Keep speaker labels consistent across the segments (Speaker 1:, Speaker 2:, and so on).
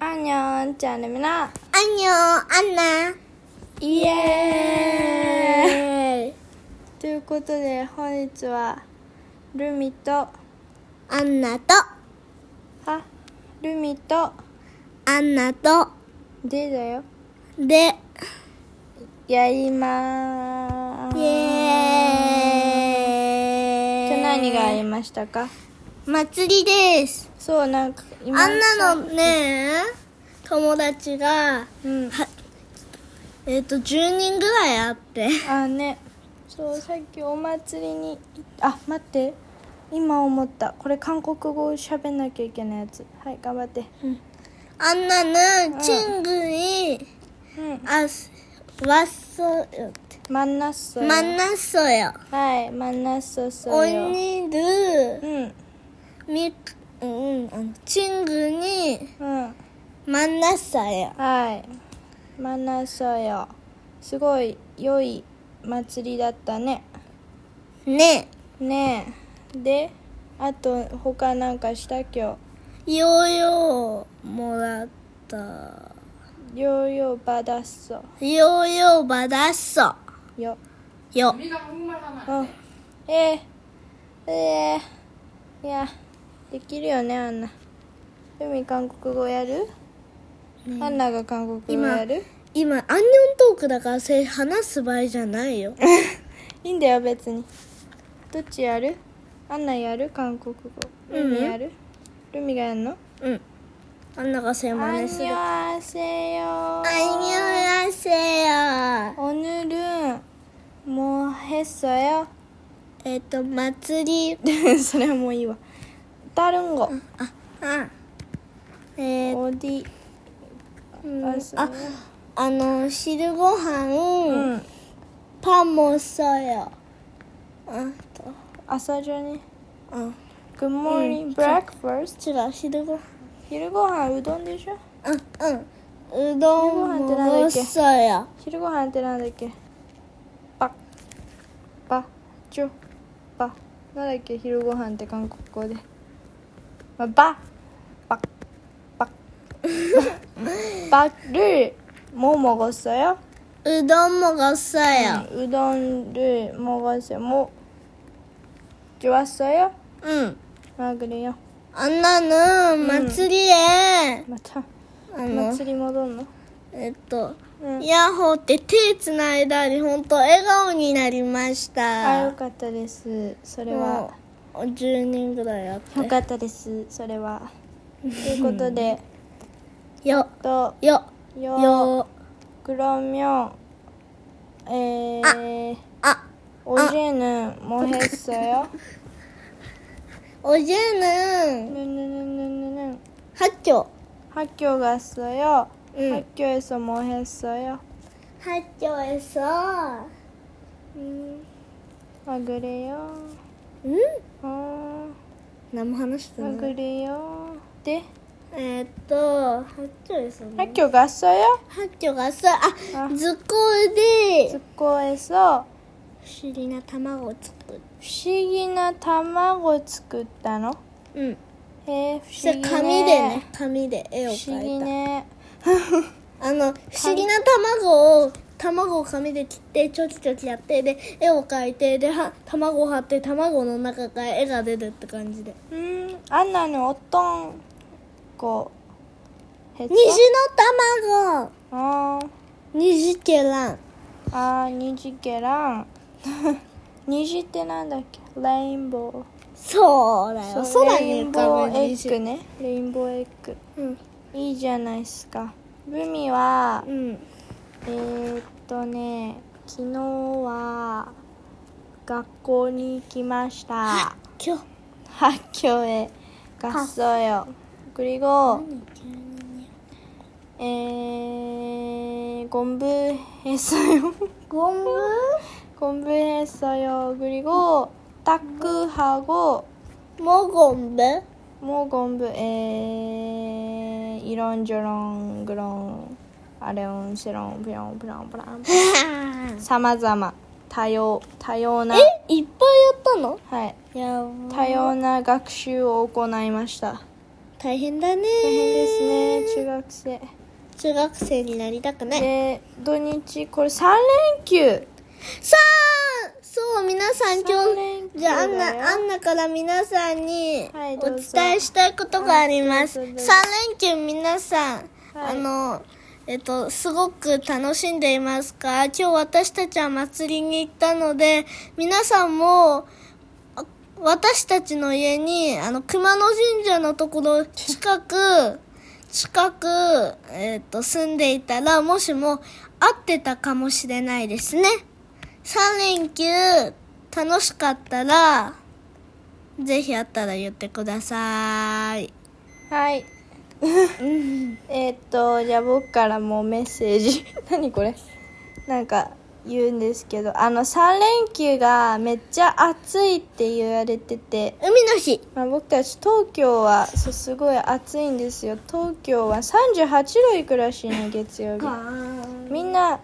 Speaker 1: アンニョンチャンネルみな
Speaker 2: アンニョン、アンナ。
Speaker 1: イエーイ
Speaker 2: え
Speaker 1: ということで本日はルミと
Speaker 2: アンナと、
Speaker 1: あルミと
Speaker 2: アンナと、
Speaker 1: デだよ
Speaker 2: で、
Speaker 1: やりまーす
Speaker 2: イ
Speaker 1: 今日
Speaker 2: エーイ。
Speaker 1: 何がありましたか
Speaker 2: 祭りです。
Speaker 1: そうなんか今
Speaker 2: アンナのね、友達が、
Speaker 1: うん
Speaker 2: はえっ、と、10人ぐらいあって。
Speaker 1: あねそうさっきお祭りにあ待って今思ったこれ韓国語を喋んなきゃいけないやつはい頑張って
Speaker 2: アンナの、チングイ、
Speaker 1: うん
Speaker 2: あす、わっそよ。
Speaker 1: マンナッソよ
Speaker 2: まんなっそよ。
Speaker 1: はいマンナッソそ
Speaker 2: お
Speaker 1: うよ
Speaker 2: にる、
Speaker 1: うん
Speaker 2: み、うん、あのチングに、
Speaker 1: うん
Speaker 2: マンナッサよ。
Speaker 1: はいマンナッソよすごい良い祭りだったね
Speaker 2: ね
Speaker 1: ねえであと他なんかした今
Speaker 2: ヨーヨーもらった。
Speaker 1: 日ヨーヨーバダッソ
Speaker 2: ヨーヨーバダッソ。
Speaker 1: よ
Speaker 2: よ。
Speaker 1: うんえー、えー、いやできるよねアンナルミ韓国語やる、アンナが韓国語やる
Speaker 2: 今、アンニョントークだから、それ話す場合じゃないよ。
Speaker 1: いいんだよ別にどっちやるアンナやる韓国語ルミやる、ルミがやんの
Speaker 2: うん。あんながせ
Speaker 1: ア
Speaker 2: 真
Speaker 1: ン
Speaker 2: 似
Speaker 1: ニ
Speaker 2: する。
Speaker 1: ョアセヨ
Speaker 2: アンニョンアセよ。
Speaker 1: オヌルンもうヘッソよ
Speaker 2: えっ、と、祭り。
Speaker 1: それはもういいわダルンゴ
Speaker 2: あ、あ。えー、
Speaker 1: オディ
Speaker 2: うん
Speaker 1: あそう
Speaker 2: あ、あの、汁ご飯、
Speaker 1: うん
Speaker 2: パンもそうよ。あと、
Speaker 1: 朝ジョニー
Speaker 2: うん。
Speaker 1: Good morning、breakfast
Speaker 2: 違う、汁ご飯。
Speaker 1: 昼ごはんうどんでしょ
Speaker 2: うん、うん。うどん
Speaker 1: 昼ご飯ってなんだ
Speaker 2: も
Speaker 1: っけ
Speaker 2: そうよ。
Speaker 1: 昼ごはんってなんだっけパパチョパなんだっけ昼ごはんって韓国語で、まあ、ババババルももごっそよ、
Speaker 2: うどんもごそうよ。
Speaker 1: うどんるもごっそもじゅわっそよ
Speaker 2: うん。
Speaker 1: まぐりよ
Speaker 2: あんなの、祭りへ、
Speaker 1: また
Speaker 2: あの、
Speaker 1: 祭り戻んの
Speaker 2: えっと、
Speaker 1: うん
Speaker 2: ヤッホーって手つないだり、ほんと笑顔になりまし
Speaker 1: あよ
Speaker 2: た。
Speaker 1: かったですそれは
Speaker 2: もう、10人ぐらいあっ
Speaker 1: よ
Speaker 2: て。
Speaker 1: かったですそれはということで
Speaker 2: よ、
Speaker 1: と
Speaker 2: よ、
Speaker 1: よ
Speaker 2: よ、
Speaker 1: クロミョンえー、
Speaker 2: あ、
Speaker 1: おじゅぬもへっそよ
Speaker 2: おじゅうぬん、
Speaker 1: ぬぬぬぬぬぬん
Speaker 2: 八丁。
Speaker 1: はっきょうがっそよ、
Speaker 2: うん
Speaker 1: はっきょうえそもへっそよ
Speaker 2: 八丁へそうん
Speaker 1: まぐれよ
Speaker 2: うん
Speaker 1: うーん
Speaker 2: 何も話して
Speaker 1: ま
Speaker 2: な
Speaker 1: ぐ
Speaker 2: い
Speaker 1: れよで
Speaker 2: えーっと八丁へそ
Speaker 1: はっきょうがっそよ
Speaker 2: 八丁がさあ
Speaker 1: あつ
Speaker 2: 図工
Speaker 1: っ
Speaker 2: で
Speaker 1: こえそ
Speaker 2: 不思議な卵を作る
Speaker 1: 不思議な卵作ったの
Speaker 2: うん
Speaker 1: へえ不
Speaker 2: それ
Speaker 1: 思議ね
Speaker 2: 紙でね紙で絵を
Speaker 1: 不思議
Speaker 2: 描いた、
Speaker 1: ね
Speaker 2: あの不思議な卵を卵を紙で切ってチョキチョキやってで絵を描いてでは卵を貼って卵の中から絵が出るって感じで
Speaker 1: うん、アンナのおとんこへ
Speaker 2: 虹の卵
Speaker 1: あー
Speaker 2: 虹けらん
Speaker 1: あー、にじけら ん。にじってなんだっけレインボ
Speaker 2: そうだ
Speaker 1: ー。
Speaker 2: よ。
Speaker 1: そう
Speaker 2: 空
Speaker 1: レイ
Speaker 2: に
Speaker 1: ン
Speaker 2: 浮
Speaker 1: ボ
Speaker 2: かぶ
Speaker 1: ーエッグ
Speaker 2: 虹。
Speaker 1: ね。レインボーエッグ。
Speaker 2: うん。
Speaker 1: いいじゃないですか。ルミは、
Speaker 2: うん。
Speaker 1: えー、っとね、昨日は学校に行きました。
Speaker 2: 今日。
Speaker 1: 発狂へ。合奏よ。그리고えー、공부했어요. 공부? 공부했어요. 그리고 탁구하고
Speaker 2: もご んぶ
Speaker 1: 뭐 공부 에 이런저런 그런 아령시렁 뿅뿅뿅 사마자마 다요 다요나
Speaker 2: え、いっぱいやったの
Speaker 1: はい
Speaker 2: やば。
Speaker 1: 多様な学習を行いました
Speaker 2: 大変だね。
Speaker 1: 大変ですね中学生
Speaker 2: 中学生になりたくない、
Speaker 1: で土日これ3連休
Speaker 2: さあそう皆さ
Speaker 1: 三
Speaker 2: ん今
Speaker 1: 連
Speaker 2: 日
Speaker 1: 休
Speaker 2: じゃあアン
Speaker 1: だよ
Speaker 2: ナアンナから皆さんに
Speaker 1: はい
Speaker 2: お
Speaker 1: どうぞ
Speaker 2: 伝えしたいことがあります、
Speaker 1: はいどうぞ
Speaker 2: 三連休皆さん、
Speaker 1: はい
Speaker 2: あのえっと、すごく楽しんでいますか今日私たちは祭りに行ったので皆さんもあ私たちの家にあの熊野神社のところ近 く近く、えっと住んでいたらもしも会ってたかもしれないですね。3連休楽しかったらぜひあったら言ってください
Speaker 1: はいえーっとじゃあ僕からもメッセージ 何これなんか言うんですけどあの3連休がめっちゃ暑いって言われてて、
Speaker 2: 海の日
Speaker 1: まあ、僕たち東京はそうすごい暑いんですよ東京は38度いくらしいの月曜日みんな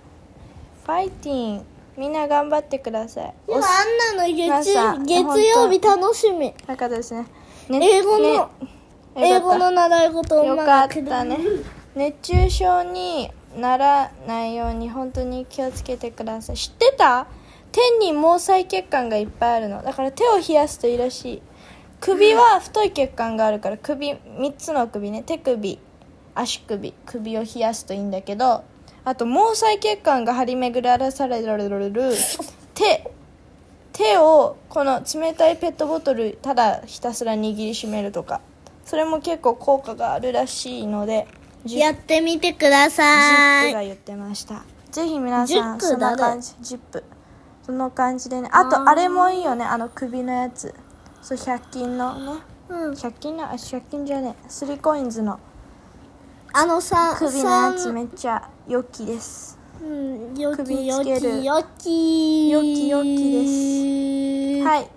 Speaker 1: ファイティンみんな頑張ってください
Speaker 2: でもあんなの
Speaker 1: 皆
Speaker 2: 月
Speaker 1: さん
Speaker 2: 月曜日楽しみ
Speaker 1: よかったですね
Speaker 2: 英語の、
Speaker 1: ね
Speaker 2: 英語の習い事を
Speaker 1: よ
Speaker 2: ま
Speaker 1: か
Speaker 2: だ
Speaker 1: っ
Speaker 2: けど
Speaker 1: たね熱中症にならないように本当に気をつけてください知ってた手に毛細血管がいっぱいあるのだから手を冷やすといいらしい首は太い血管があるから首3つの首ね手首足首首を冷やすといいんだけどあと毛細血管が張り巡らされる手手をこの冷たいペットボトルただひたすら握りしめるとかそれも結構効果があるらしいのでジ
Speaker 2: や
Speaker 1: ッ
Speaker 2: ってみてくだ
Speaker 1: ジ
Speaker 2: さ
Speaker 1: ッ
Speaker 2: い
Speaker 1: プが言ってましたぜひ皆
Speaker 2: ジ
Speaker 1: さ
Speaker 2: ッ
Speaker 1: ん
Speaker 2: プ
Speaker 1: そんな
Speaker 2: だね
Speaker 1: 感じジップその感じでねあ
Speaker 2: あ
Speaker 1: と
Speaker 2: ー
Speaker 1: あれもいいよねあの首のやつそう100均のね
Speaker 2: うん、
Speaker 1: 100均のあ100均じゃねえスリーコインズの
Speaker 2: あのさ
Speaker 1: 首のや
Speaker 2: さ
Speaker 1: つ
Speaker 2: ん
Speaker 1: めっちゃ良きです
Speaker 2: うん、よき
Speaker 1: 首
Speaker 2: よ
Speaker 1: つける
Speaker 2: きよき
Speaker 1: よきよき
Speaker 2: です
Speaker 1: はい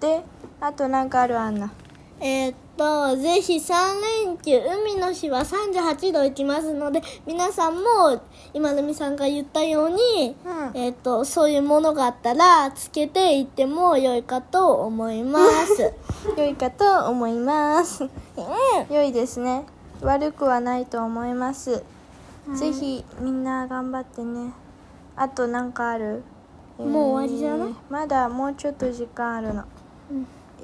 Speaker 1: であとなんかあるあんな
Speaker 2: えーっと、ぜひ3連休、海の日は38度いきますので、皆さんも、今のみさんが言ったように、
Speaker 1: うん
Speaker 2: えーっと、そういうものがあったら、つけていっても良いかと思います。
Speaker 1: 良いかと思います
Speaker 2: うん
Speaker 1: 良いですね悪くはないと思います、ぜひみんな頑張ってねあとなんかある
Speaker 2: もう終わりじゃない
Speaker 1: まだもうちょっと時間あるの、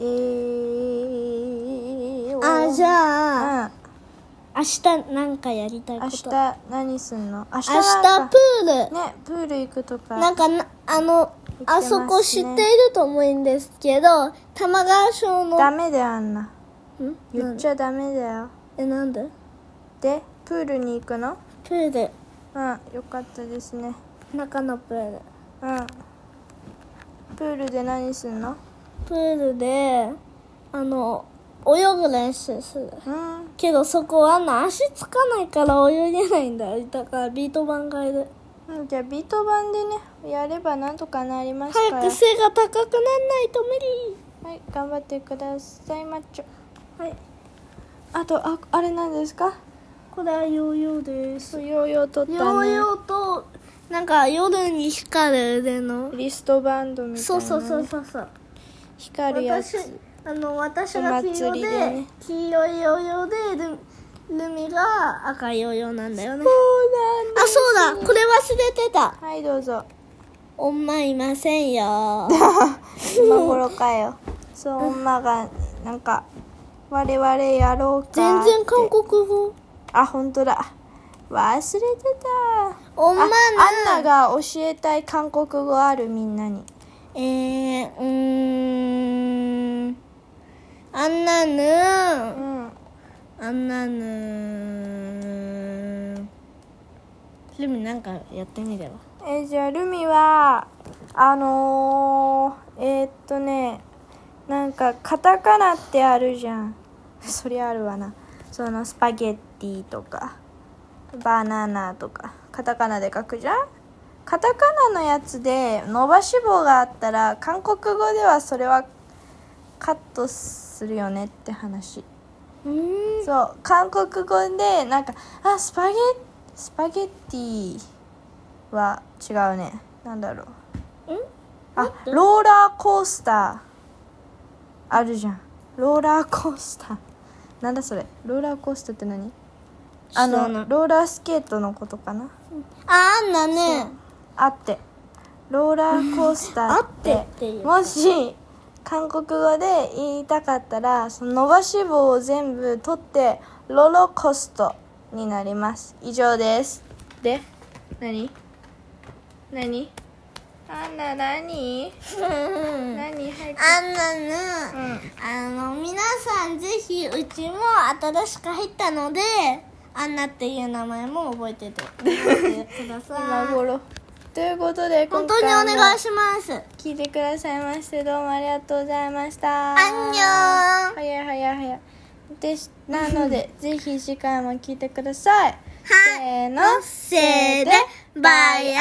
Speaker 1: えー、
Speaker 2: あ、じゃあ、
Speaker 1: あ、
Speaker 2: 明日なんかやりたい
Speaker 1: うん、明
Speaker 2: こと。
Speaker 1: 日何すんの明日
Speaker 2: 明
Speaker 1: なん
Speaker 2: 日
Speaker 1: か
Speaker 2: プール。
Speaker 1: ねプール行くとか
Speaker 2: なんかな、あの、
Speaker 1: てま
Speaker 2: あ
Speaker 1: すね
Speaker 2: そこ知っていると思うんですけど、玉川賞の、
Speaker 1: ダ
Speaker 2: ん
Speaker 1: メだよあんな言っ
Speaker 2: なん
Speaker 1: ちゃダメだよ
Speaker 2: え、なんで
Speaker 1: でプールに行くの
Speaker 2: プール。
Speaker 1: うんよかったですね
Speaker 2: 中のプール。
Speaker 1: うんプールで何すんの
Speaker 2: プールであの泳ぐ練習する
Speaker 1: うん
Speaker 2: けどそこはな足つかないから泳げないんだよだからビート板がいる
Speaker 1: うん、じゃあビート板でねやればなんとかなりますから
Speaker 2: 早く背が高くなんないと無
Speaker 1: はい頑張ってくださいマッチョ
Speaker 2: 理はい
Speaker 1: あとああれなんですか
Speaker 2: これはヨーヨーです
Speaker 1: そうヨーヨー取っ
Speaker 2: ヨ
Speaker 1: た
Speaker 2: ー
Speaker 1: ね
Speaker 2: ヨーとなんか夜に光る腕の
Speaker 1: リストバンドみたいな、ね、
Speaker 2: そうそうそうそうそう
Speaker 1: 光るや
Speaker 2: 私
Speaker 1: つ
Speaker 2: あの私が黄
Speaker 1: お
Speaker 2: 色
Speaker 1: 祭
Speaker 2: で
Speaker 1: りでね
Speaker 2: 黄色いヨーヨーでルルミが赤いヨーヨーなんだよね
Speaker 1: そう
Speaker 2: あそうだこれ忘れてた
Speaker 1: だはいどうぞ
Speaker 2: 女いませんよ。
Speaker 1: 今頃かよそう女がなんか我々やろうかって
Speaker 2: 全然韓国語。
Speaker 1: あ本当だ忘れてた
Speaker 2: 女
Speaker 1: あ
Speaker 2: な。
Speaker 1: アンナが教えたい韓国語あるみんなに
Speaker 2: えー、うーん。あんな
Speaker 1: う
Speaker 2: ぬ。
Speaker 1: ん
Speaker 2: あんなぬ。ルミなんかやってみれば。
Speaker 1: えーじゃあルミはあのー、えーっとねなんかカタカナってあるじゃん そりゃあるわなそのスパゲッティとかバナナとかカタカナで書くじゃんカタカナのやつで伸ばし棒があったら韓国語ではそれはカットするよねって話
Speaker 2: うーん。
Speaker 1: そう韓国語でなんかあスパゲスパゲッティは違うねなんだろうんあローラーコースターあるじゃんローラーコースターなんだそれローラーコースターって何あ
Speaker 2: 知らない
Speaker 1: のローラースケートのことかな
Speaker 2: ああんなね
Speaker 1: あってローラーコース ター
Speaker 2: あ
Speaker 1: っ
Speaker 2: って
Speaker 1: て
Speaker 2: っていう
Speaker 1: もし韓国語で言いたかったらその伸ばし棒を全部取ってロロコストになります以上ですで何何あん な何
Speaker 2: うん
Speaker 1: 何入って
Speaker 2: あんなねあの皆さんぜひうちも新しく入ったのでアンナっていう名前も覚えてて覚えてくだ
Speaker 1: 今
Speaker 2: さい
Speaker 1: 頃ということで
Speaker 2: 本当にお
Speaker 1: 今
Speaker 2: 願
Speaker 1: 回
Speaker 2: い
Speaker 1: も
Speaker 2: します
Speaker 1: 聞いてくださいましてどうもありがとうございました
Speaker 2: アンニョン
Speaker 1: 早い早い早いですなのでぜひ次回も聞いてください
Speaker 2: はい
Speaker 1: せーの
Speaker 2: せーでバイアンニョン